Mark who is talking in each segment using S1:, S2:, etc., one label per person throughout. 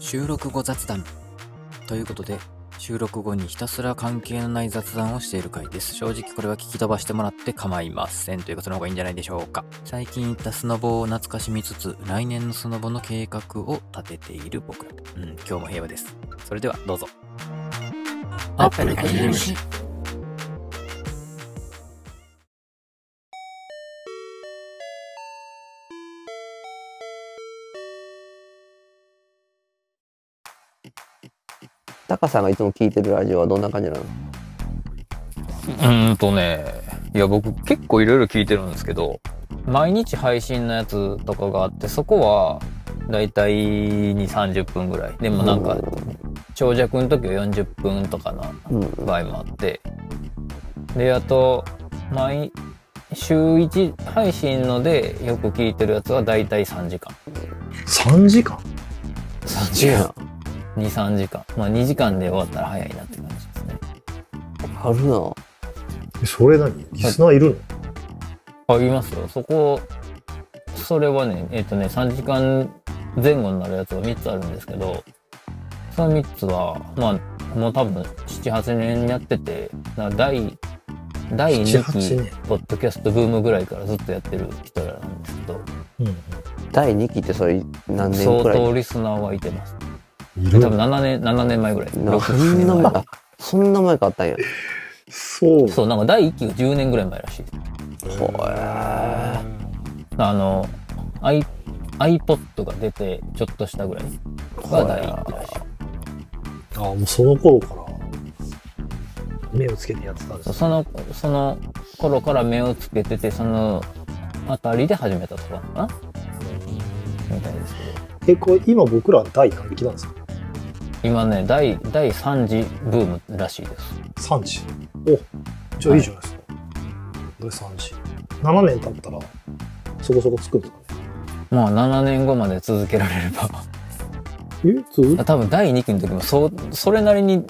S1: 収録後雑談ということで収録後にひたすら関係のない雑談をしている回です正直これは聞き飛ばしてもらって構いませんということの方がいいんじゃないでしょうか最近行ったスノボを懐かしみつつ来年のスノボの計画を立てている僕らうん今日も平和ですそれではどうぞ
S2: アップルが
S1: ゲー
S2: 有
S1: ム
S2: 志タカさんがいつも聞いてるラジオはどんな感じなの
S3: うーんとね、いや僕結構いろいろ聞いてるんですけど、毎日配信のやつとかがあって、そこはだいたい2、30分ぐらい。でもなんか、長尺の時は40分とかの
S2: うん。
S3: 場合もあって。で、あと、毎週1配信のでよく聞いてるやつはだいたい3時間。
S4: 3時間
S3: 3
S2: 違う。
S3: ?2、3時間。まあ2時間で終わったら早いなって感じですね。
S2: あるな。
S4: えそれ何リスナーいるの、
S3: あ、いますよ。そこ、それはね、えっ、とね、3時間前後になるやつが3つあるんですけど、その3つは、まあ、もう多分7、8年やってて、な第、第
S4: 7 8
S3: 2
S4: 年
S3: 期、ポッドキャストブームぐらいからずっとやってる人らなんですけど、
S2: 第2期ってそれ何年
S3: 相
S2: くらい
S3: 当リスナーはいてます。
S4: うん、い
S3: 多
S4: る
S3: 分7年、7年前ぐらい。
S2: なそ
S3: 6
S2: ん
S3: 年
S2: な
S3: 前
S2: 前か。そんな前からあったんや。
S4: そう
S3: そう、なんか第1期が10年ぐらい前らしいです。
S2: ほえ
S3: あの、i、iPod が出てちょっとしたぐらいが第1期らしい。
S4: あもうその頃から目をつけてやってたんですね
S3: その、その頃から目をつけてて、そのあたりで始めたとかなのかなみたいですけど。
S4: えこれ今僕らは第何期なんですか
S3: 今ね、第、第3次ブームらしいです。
S4: 3時おじゃあいいじゃないですか、第3時7年経ったらそこそこつくんですかね
S3: まあ7年後まで続けられれば。
S4: えつ
S3: 多分第2期の時もそう、それなりに、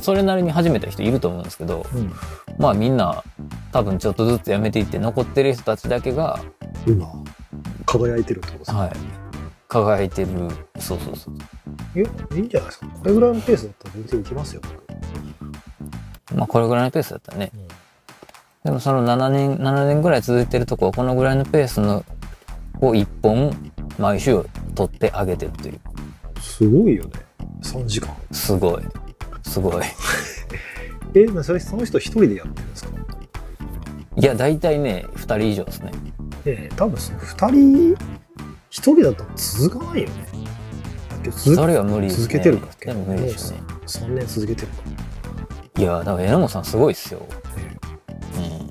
S3: それなりに始めた人いると思うんですけど、
S4: うん
S3: まあみんな多分ちょっとずつやめていって残ってる人たちだけが、
S4: 今輝いてるってことですか、
S3: はい、輝いてる。そうそうそう。
S4: えいいんじゃないですかこれぐらいのペースだったら全然いきますよ僕
S3: まあこれぐらいのペースだったらね。
S4: うん
S3: でもその7年、7年ぐらい続いてるとこはこのぐらいのペースのを1本毎週取ってあげてるという。
S4: すごいよね3時間
S3: すごい。すごい。
S4: えまあそれその人一人でやってるんですか
S3: いや、だいたいね、2人以上ですね。
S4: ええ多分その2人一人だと続かないよねだけど
S3: そ
S4: 続
S3: れは無理ですね。
S4: 続けてるから
S3: でも無理でしょうね。
S4: 3年続けてるか
S3: いや、だから榎本さんすごいっすよ。
S4: らね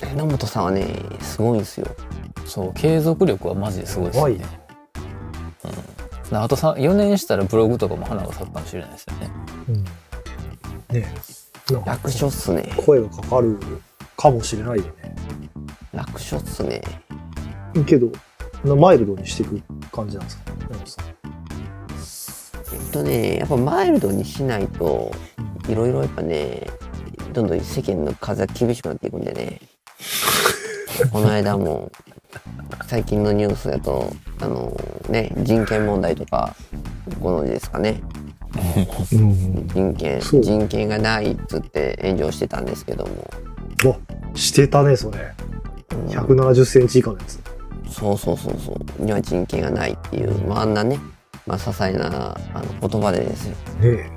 S2: 榎本さんはね、すごいんですよ。
S3: うん。そう、継続力はマジですごいっすよ
S4: 怖い
S3: ね
S4: な。
S3: あとさ4年したらブログとかも花が咲くかもしれないですよね。
S4: うんねえなんか
S2: 楽勝っすね。
S4: 声がかかるかもしれないよね
S2: 楽勝っすね。
S4: けどマイルドにしていく感じなんですかね山本さん
S2: えっとね、やっぱマイルドにしないと、いろいろやっぱね、どんどん世間の風は厳しくなっていくんでね。この間も、最近のニュースだと、あのね、人権問題とか、ご存知ですかね。人権、
S4: そう
S2: 人権がないっつって炎上してたんですけども。
S4: うわしてたねそれ
S2: うん
S4: 1 7 0ンチ以下のやつ
S2: そうそうそうそう。には人権がないっていう、まあ、あんなね、まあ、些細なあの言葉でですよ。
S4: ね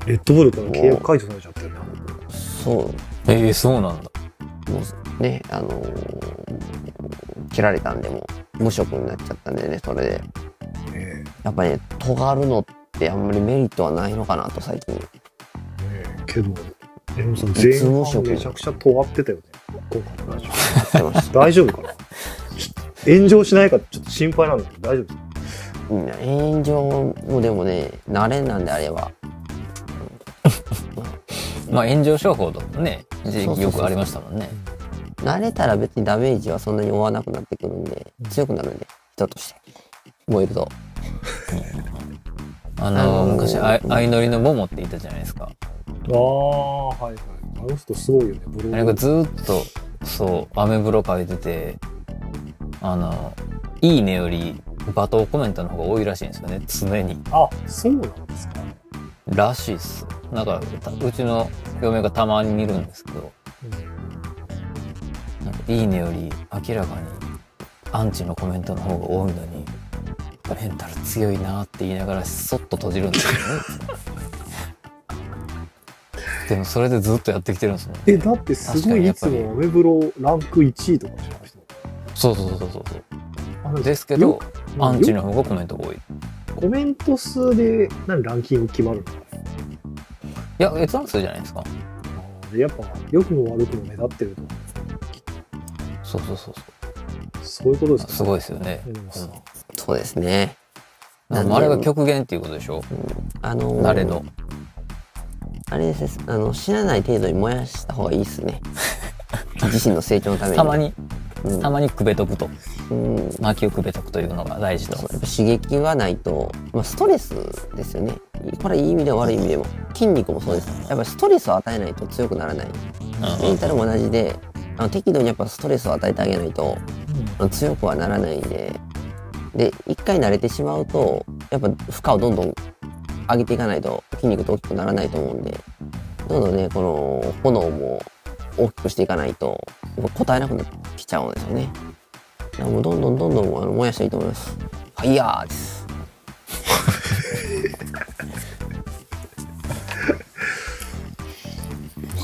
S4: えレッドブルから契約解除されちゃったよねあの子
S2: そう、
S3: ええそうなんだ。
S2: もうね、あのー切られたんで、もう無職になっちゃったんでね、それで。
S4: ね
S2: やっぱね、尖るのってあんまりメリットはないのかなと、最近。
S4: えねえけど江本さん前
S2: 絶望色
S4: 半めちゃくちゃ尖ってたよね今回のラジオ
S2: やってました。
S4: 大丈夫かな炎上しないかちょっと心配なんだけど大丈夫ですか
S2: うん炎上もでもね、慣れなんであれば。
S3: まあ炎上商法とかね、一時期よくありましたもんね。
S2: 慣れたら別にダメージはそんなに負わなくなってくるんで、強くなるんで、人として。燃えると。
S3: あの
S2: あのー
S3: 昔あい相乗りのモモっていたじゃないですか。
S4: ああはいはいあの人すごいよねブロ
S3: あれがずーっとそうアメブロ書いててあの「いいね」より「罵倒コメントの方が多いらしいんですよね、常に。
S4: あ、そうなんですか。
S3: らしいっす。なんか、たうちの嫁がたまに見るんですけど、なんか、いいねより明らかにアンチのコメントの方が多いのに、メンタル強いなって言いながら、そっと閉じるんですよね。 でも、それでずっとやってきてるんですね。
S4: え、だってすごいいつ
S3: 確かにやっ
S4: もアメブロランク1位とかじゃないですか
S3: そうそうそうそうそう。
S4: あでも
S3: ですけど
S4: よ、
S3: アンチ
S4: よ
S3: の方がコメントが多い。い
S4: コメント数で何ランキング決まるの
S3: や、閲覧数じゃないですか。
S4: あーでやっぱ良くも悪くも目立ってると思
S3: そうそうそうそう
S4: そういうことです
S3: う。す
S4: い。
S3: ごいですよね。
S4: でもさ
S2: そうですね。
S3: なんかあれが極限っていうことでしょ
S2: あのー
S3: 誰の。
S2: あれですねあの死なない程度に燃やした方がいいで すね自身の成長のために
S3: たまに、
S2: うん
S3: たまにくべとくと。
S2: うん
S3: 薪をくべとくというのが大事と
S2: そ。うやっぱ刺激がないと、まあ、ストレスですよねこれいい意味でも悪い意味でも筋肉もそうですやっぱストレスを与えないと強くならないメンタルも同じであの適度にやっぱストレスを与えてあげないとあの強くはならないんでで一回慣れてしまうとやっぱ負荷をどんどん上げていかないと筋肉って大きくならないと思うんでどんどんねこの炎も大きくしていかないとやっぱ応えなくなってきちゃうんですよねだからもうどんどんどんどんあの燃やしていいと思いますファイヤーです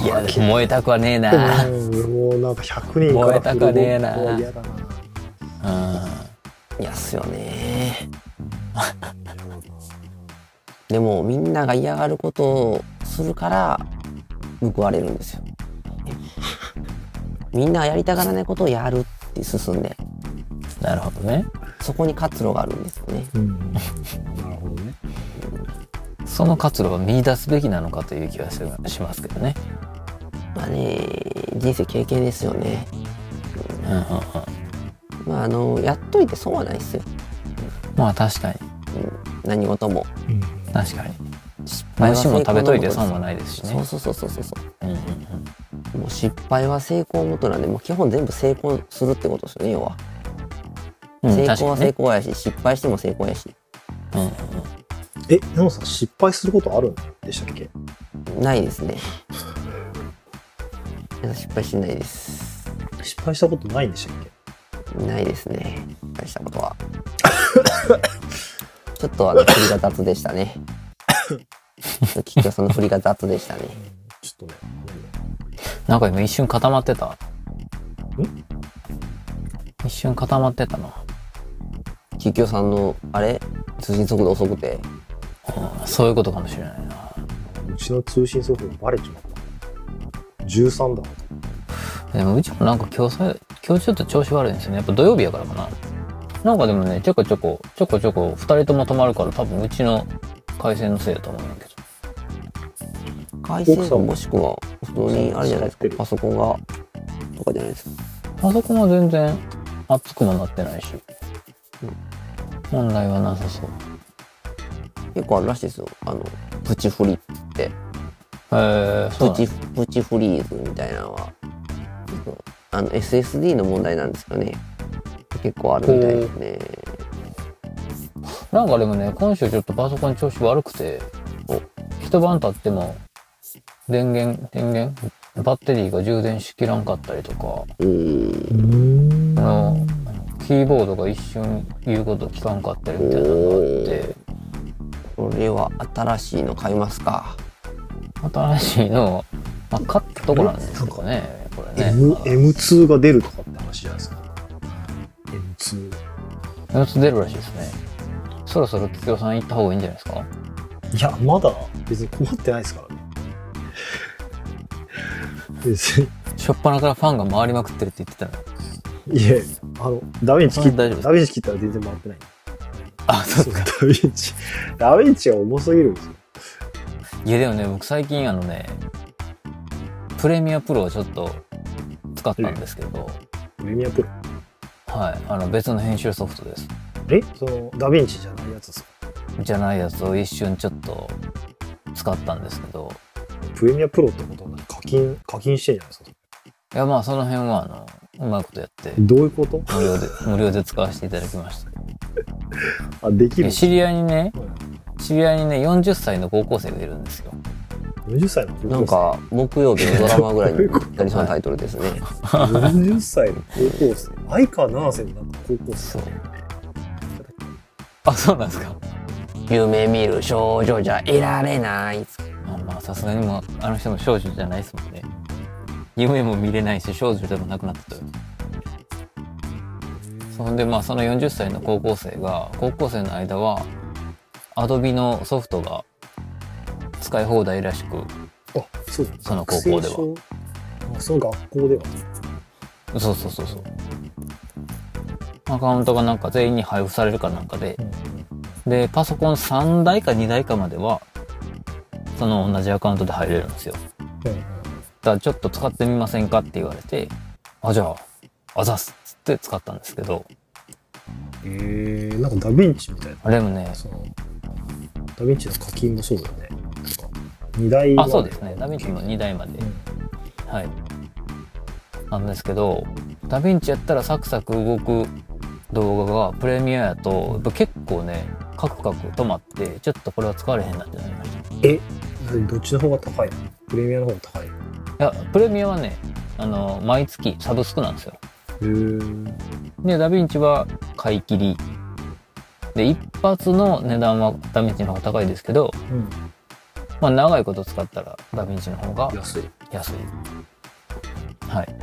S3: いや、でも燃えたくはねえな。
S4: うんもうなんか100人から
S3: 燃えたかねえな
S4: フルボッコは嫌だな。
S2: いやっすよね
S4: 嫌だな
S2: でもみんなが嫌がることをするから報われるんですよ。みんながやりたがらないことをやるって進んで
S3: なるほどね。
S2: そこに活路があるんですよね。
S4: うんなるほどね。
S3: その活路を見出すべきなのかという気がししますけどね。
S2: まあね人生経験ですよね。
S3: うんうんうん
S2: まああのやっといて損はないですよ
S3: まあ確かに、
S2: 何事も。
S3: 確かに。美味しいもの食べといて損はないですし
S2: そ
S3: ね
S2: う。そうそうそうそうそ
S3: うんうんうん
S2: う。もう失敗は成功元なんでもう基本全部成功するってことですよね要は。
S3: うん
S2: 成
S3: 確
S2: 功
S3: か
S2: は
S3: に
S2: 成
S3: ね
S2: 功やし失敗しても成功やし
S3: うんうんうん
S4: え、ナモさん失敗することあるんでしたっけ
S2: ないですね。失敗しないです。
S4: 失敗したことないんでしたっけ
S2: ないですね。大したことは。ちょっとあの、振りが雑でしたね。きっとその振りが雑でしたね。
S4: ちょっとね。
S3: なんか今一瞬固まってた。一瞬固まってたな。
S2: ききょさんの、あれ通信速度遅くて。
S3: うんそういうことかもしれないな。
S4: うちの通信速度バレちまった。13だ。
S3: でもうちもなんか今日さ今日ちょっと調子悪いんですよねやっぱ土曜日やからかななんかでもねちょこちょこちょこちょこ2人とも泊まるから多分うちの回線のせいだと思うんだけ
S2: 回線
S4: 奥さんも
S2: もしくは、普通にあれじゃないですか、パソコンが、とかじゃないですか。
S3: どパソコンは全然熱くもなってないし、問題はなさそう
S2: 結構あるらしいですよ。あの、プチフリって。
S3: えー、そう
S2: プ
S3: なんだ
S2: チ、プチフリーズみたいなのは、あの、SSD の問題なんですかね。結構あるみたいですね。
S3: なんかでもね今週ちょっとパソコン調子悪くて
S2: お
S3: 一晩経っても電源電源バッテリーが充電しきらんかったりとか
S2: うん。
S4: うん
S3: あのキーボードが一瞬言うこと聞かんかったりみたいなのがあって
S2: これは新しいの買いますか。
S3: 新しいのを、まあ、買ったとこなんですかねこれね
S4: M、M2 が出るとかって話じゃないですか。M2。
S3: 4つ出るらしいですねそろそろ桔梗さん行った方がいいんじゃないですか
S4: いや、まだ別に困ってないですからね。別に。
S3: 初っ端からファンが回りまくってるって言ってたの
S4: いえ、あの、ダヴィンチ切っ
S3: それ大丈夫です
S4: ダヴィンチ切ったら全然回ってない。
S3: あそう
S4: ダヴィンチ、ダヴィンチは重すぎるんですよ。
S3: いやでもね僕最近あのねプレミアプロをちょっと使ったんですけど、
S4: プレミアプロ。
S3: はいあの別の編集ソフトです
S4: えその、ダヴィンチじゃないやつですか
S3: じゃないやつを一瞬ちょっと使ったんですけど
S4: プレミアプロってことは何課金、課金してんじゃないですか
S3: いやまあその辺はあのうまいことやって
S4: どういうこと
S3: 無料で無料で使わせていただきました
S4: あ、できる
S3: で。知り合いにね
S4: はい、
S3: 知り合いにね、40歳の高校生がいるんですよ。
S4: 40歳の高校生
S2: なん、か、木曜日のドラマぐらいになりそうなタイトルで すね。
S4: 40歳の高校生。相川七瀬になった高校生。
S2: そう。
S3: あ、そうなんですか。
S2: 夢見る少女じゃいられない。
S3: まあまあ、さすがにもう、あの人も少女じゃないですもんね。夢も見れないし、少女でもなくなったと。そんで、まあ、その40歳の高校生が、高校生の間は、アドビのソフトが使い放題らしく、
S4: あ、そう
S3: その高校では
S4: は。あその学校では。
S3: そうそうそうそう。アカウントがなんか全員に配布されるかなんかで、で、パソコン3台か2台かまでは、その同じアカウントで入れるんですよ。だからちょっと使ってみませんかって言われて、あ、じゃあ、あざっすっつって使ったんですけど、
S4: えー、なんかダヴィンチみたいな。
S3: あれもね、
S4: そのダヴィンチの課金もそうだよね。なんか二台
S3: あ、そうですね、ダヴィンチの2台まで
S4: う。ん
S3: はい。なんですけど、ダヴィンチやったらサクサク動く動画がプレミアやと、やっぱ結構ね、カクカク止まって、ちょっとこれは使われへんなってなりました。
S4: どっちの方が高いのプレミアの方が高いの
S3: いや、プレミアはね、あの、毎月サブスクなんですよ。
S4: へー
S3: で、ダヴィンチは買い切り。で、一発の値段はダヴィンチの方が高いですけど、
S4: うん、
S3: まあ長いこと使ったらダヴィンチの方が
S4: 安い。
S3: 安い。はい。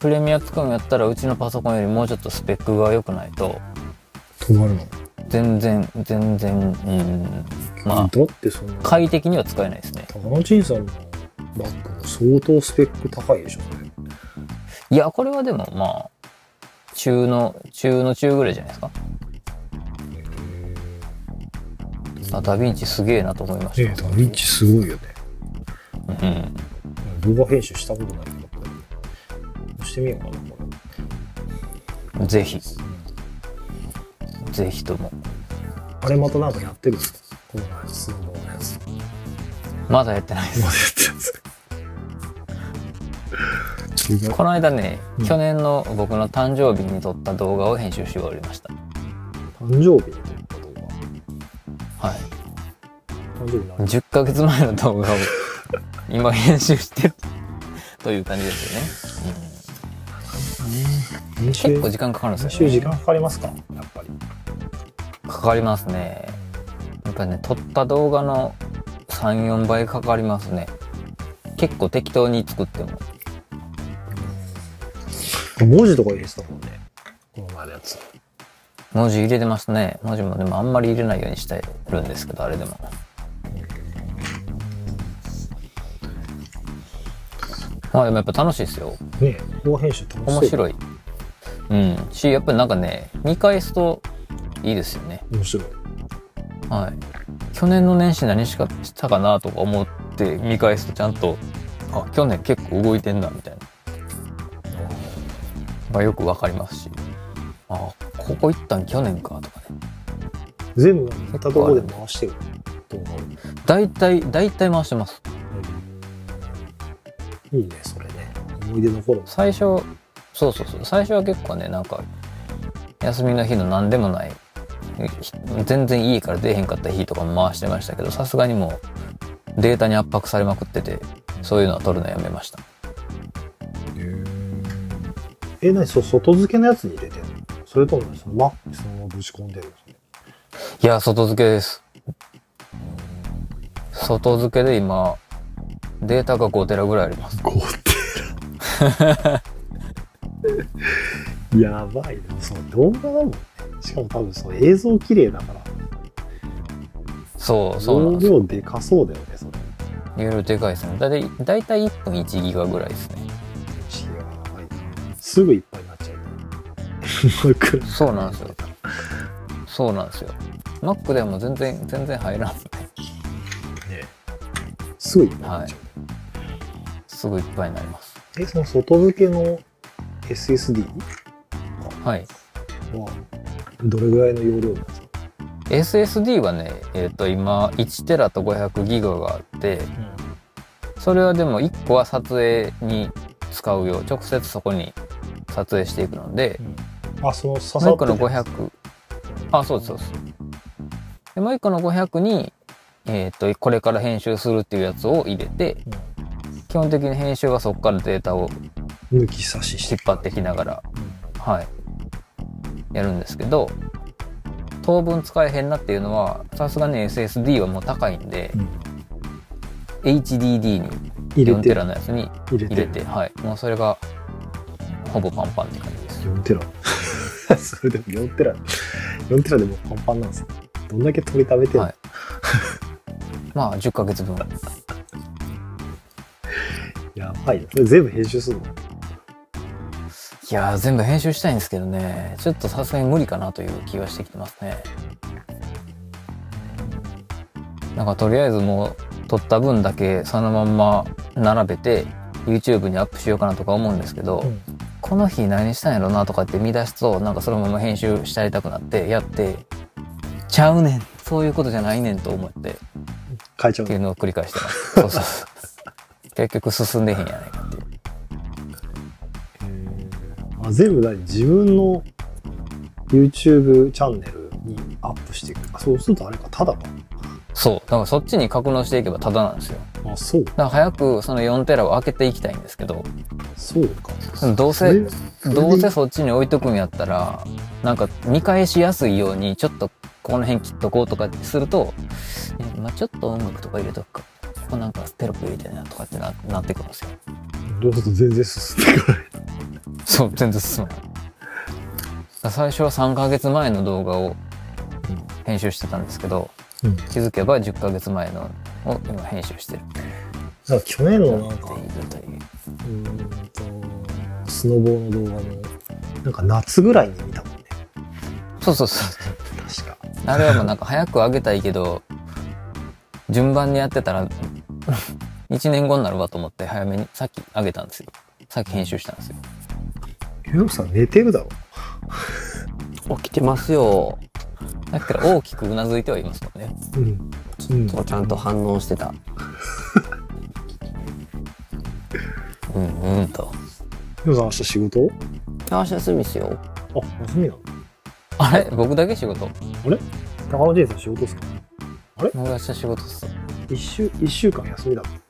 S3: プレミア使うんやったらうちのパソコンよりもうちょっとスペックが良くないと、
S4: 止まるの
S3: 全然、全然、うん、まあ、
S4: だってその、
S3: 快適には使えないですね。
S4: タナチンさんのバッグも相当スペック高いでしょ、ね、
S3: いや、これはでもまあ、中の、中の中ぐらいじゃないですか。あダヴィンチすげえなと思いました。
S4: ダヴィンチすごいよね。
S3: うん。
S4: 動画編集したことないけど、押してみようかな、これ。
S3: ぜひ。ぜひとも。
S4: あれまたなんかやってるんですかこの前、スノボのやつ。ま
S3: まだやってないです。
S4: だやってるんですか
S3: この間ね、
S4: うん
S3: 去年の僕の誕生日に撮った動画を編集し終わりました。
S4: 誕生日の動画。
S3: はい。
S4: 誕生日何
S3: 10ヶ月前の動 画を今編集してるという感じですよね。
S4: 編
S3: 結
S4: 集
S3: 構時間かかるん
S4: 編
S3: ですよ、
S4: 集
S3: ね。
S4: 時間かかりますかやっぱり。
S3: かかりますね。やっぱね、撮った動画の3、4倍かかりますね。結構適当に作っても。
S4: 文字とか入れてたもんね。この前のやつ。
S3: 文字入れてますね。文字もでもあんまり入れないようにしてるんですけど、あれでも。まあでもやっぱ楽しいですよ。
S4: ね動画編集楽しい。
S3: 面
S4: い。
S3: 白い。うん。し、やっぱりなんかね、見返すといいですよね。
S4: 面白い。
S3: はい。去年の年始何しかしたかなとか思って見返すとちゃんと、あ、去年結構動いてんだみたいな。まあよくわかりますし。あ、ここ行ったん去年かとかね。
S4: 全部見たところで回してる動画を
S3: 大体、大体回してます。
S4: いいねそれね思い出残る
S3: 最初、そうそうそう。最初は結構ね、なんか、休みの日の何でもない、ひ全然家から出えへんかった日とかも回してましたけど、さすがにもうデータに圧迫されまくってて、そういうのは取るのやめました。
S4: え何そ外付けのやつに入れてるのそれともねそのマックにそのままぶち込んでるの
S3: いや、外付けです。外付けで今、データが5テラぐらいあります。
S4: ゴテラやばいねその動画だもんねしかも多分その映像綺麗だから
S3: そう、そうなん
S4: 容
S3: ですよ。
S4: 量でかそうだよねそれ
S3: いろいろでかいですね。だいたい、だいたい1分1ギガぐらいですね。
S4: やばいなすぐいっぱいになっ ちゃうねマック
S3: そうなんですよ。そうなんですよ。Mac でも全然、全然入らんすね。
S4: ねすぐいっぱいになっちゃう、
S3: すぐいっぱいになります。
S4: えその外付けの SSD
S3: はい。
S4: はどれぐらいの容量なんですか
S3: SSD はね、えっ、と、今、1テラと500ギガがあって、それはでも1個は撮影に使うよう、直接そこに撮影していくので、
S4: あ、その刺さ
S3: もう一
S4: って
S3: 個の
S4: るやつ。
S3: 500あそうですそうですでもう一個の500に、えー、とこれから編集するっていうやつを入れて、基本的に編集はそこからデータを
S4: 抜き差しして
S3: 引っ。張ってきながら、はい、やるんですけど当分使えへんなっていうのはさすがに SSD はもう高いんで、
S4: うん
S3: HDD に
S4: 入れ
S3: 4テ
S4: て、
S3: ラのやつに
S4: 入れ
S3: 入
S4: て。
S3: れて、はい、もうそれがほぼパンパンって感じです
S4: 4テラ。 それでも4テラ。4テラでもパンパンなんですねどんだけ鳥食べてるの、
S3: はいまあ10ヶ月分
S4: やばいよ。それ全部編集するの
S3: いやー全部編集したいんですけどねちょっとさすがに無理かなという気はしてきてますねなんかとりあえずもう撮った分だけそのまんま並べて YouTube にアップしようかなとか思うんですけど、
S4: うん
S3: この日何したんやろなとかって見出すとなんかそのまま編集したりたくなってやってちゃうねんそういうことじゃないねんと思って
S4: 変えちゃう
S3: って
S4: の
S3: いうのを繰り返してます。そうそうそう結局進んでへんやないかっていう。
S4: あ全部何自分の YouTube チャンネルにアップしていく。あそうするとあれか、ただか。
S3: そう。だからそっちに格納していけばタダなんですよ。
S4: あ、そう、
S3: だから早くその4テラを開けていきたいんですけど、
S4: そうか。
S3: どう
S4: それ
S3: せ、どうせそっちに置いとくんやったら、なんか見返しやすいようにちょっとこの辺切っとこうとかってすると、えまあ、ちょっと音楽とか入れとくか。ここなんかテロップ入れてなとかってななってくるんですよ。
S4: どうすると全然進んでいかない。
S3: そう、全然進まない。だから最初は3ヶ月前の動画を編集してたんですけど、
S4: うん
S3: 気づけば10ヶ月前のを今編集してるって
S4: なんか去年のな
S3: いう
S4: んか、
S3: 状態で
S4: うーんと、スノボーの動画も、なんか夏ぐらいに見たもんね。
S3: そうそうそう。
S4: 確か。
S3: あれはもうなんか早く上げたいけど、順番にやってたら、1年後になるわと思って早めに、さっき上げたんですよ。さっき編集したんですよ。
S4: ヨウさん寝てるだろ。
S2: 起きてますよ。
S3: だから大きくうなずいてはいますもんね。
S4: うん。うん、
S2: そうちゃんと反応してた。
S3: うんうんと。
S4: ヨウさん明日仕事
S2: 明日休みですよ。
S4: あ、休みなの
S3: あれ僕だけ仕事
S4: 高野 J さん仕事ですか
S3: 僕明日仕事っす。
S4: 一週、一週間休みだもん。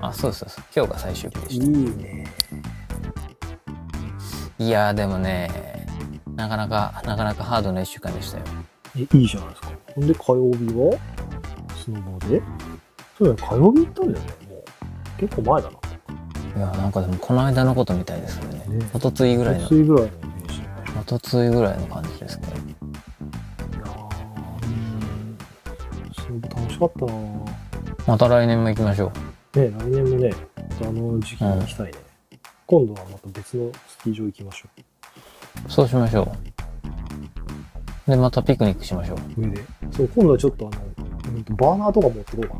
S3: あ、そうそうそう。今日が最終日でした。
S4: いね。
S3: いやーでもね、なかなか、なかなかハードな1週間でしたよ。
S4: え、いいじゃないですか。ほんで火曜日はスノボでそうだね、火曜日行ったんだよね、もう。結構前だ
S3: いやーなんかでもこの間のことみたいですよね
S4: ね。
S3: おとついぐら
S4: な。
S3: いの、
S4: 暑いぐらいのイメージだね。
S3: おとついぐらいの感じですかね。
S4: いやーうんスノボ楽しかったなね
S3: また来年も行きましょう。
S4: 来年もね、またあの時期に行きたいね。今度はまた別のスキー場行きましょ
S3: そうしましょう。で、またピクニックしましょう。
S4: う。上で。そう、今度はちょっとあの、うんとバーナーとか持ってこうか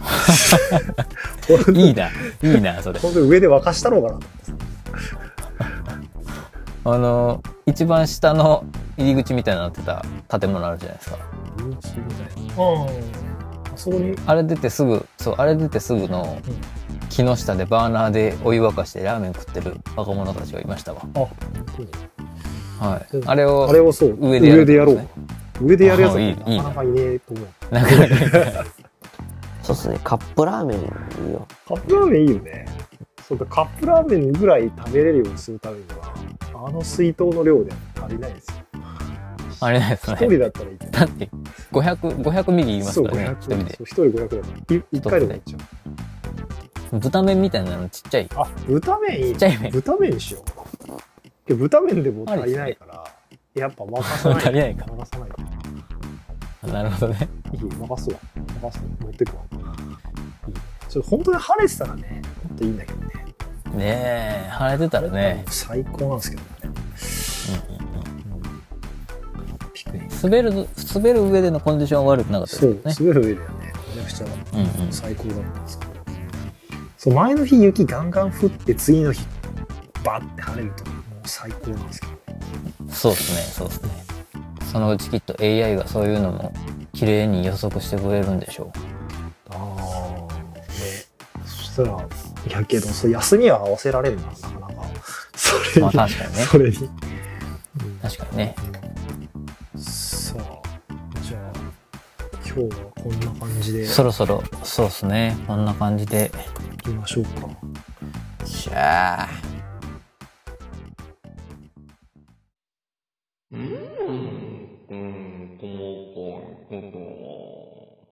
S4: なと思って。
S3: いいな、いいな、それ。
S4: ほんで上で沸かしたろうかなと思って。
S3: あの、一番下の入り口みたいになってた建物あるじゃないですか。
S4: うん、そうみたいな。うん。そこに、
S3: あれ出てすぐ、そう、あれ出てすぐの
S4: うん
S3: 木の下でバーナーでお湯沸かしてラーメン食ってる若者たちがいましたわ。はい。あれを、
S4: あれをそう、
S3: 上で
S4: 上で
S3: や
S4: や
S3: る
S4: ろう。上でやるやつ
S3: あいい
S4: はなかなかいねえと思う。
S3: なかなか
S2: そうっすね。カップラーメンいいよ。
S4: カップラーメンいいよね。そうか、カップラーメンぐらい食べれるようにするためには、あの水筒の量では足りないですよ。
S3: あれです
S4: 一
S3: ね。
S4: 人だったらいいけど。
S3: だって、500、500ミリ言います
S4: そう、
S3: からね、
S4: 500
S3: 一人で。
S4: そう一人500だから。い一回でもいっちゃう。
S3: 豚麺みたいなのちっちゃい。ち
S4: あ、豚麺いい
S3: っち。ゃい麺。
S4: 豚麺にしよう。けど豚麺でも足りないから、やっぱ沸かさない。
S3: 足り ないか
S4: 沸かさないか。
S3: なるほどね。
S4: いい、任すわ。任す。持ってくわ。いいね。ちょっと本当に晴れてたらね、もっといいんだけどね。
S3: ねえ、晴れてたらね。
S4: 最高なんですけどね。ピクニック。
S3: 滑る、滑る上でのコンディションは悪くなかったです
S4: そ
S3: よ
S4: う、
S3: ね。
S4: 滑る上ではね、めちゃくちゃ
S3: うんうん。
S4: 最高だったんですけど。そう、前の日雪ガンガン降って、次の日、バッて晴れると、もう最高なんですけどね。
S3: そうですね、そうですね。そのうちきっと AI がそういうのも綺麗に予測してくれるんでしょ
S4: ああ。ね。そしたら、い やけど、そう休みは合わせられるな、なかなか。それ
S3: う。まあ
S4: に、
S3: 確かにね。
S4: それに。
S3: かにね。
S4: さあ、じゃあ、今日はこんな感じで
S3: そ
S4: 行
S3: ろそろ、そうですね。こんな感じで。
S4: きましょうか。
S2: しゃあ。
S5: うん、この子のことは。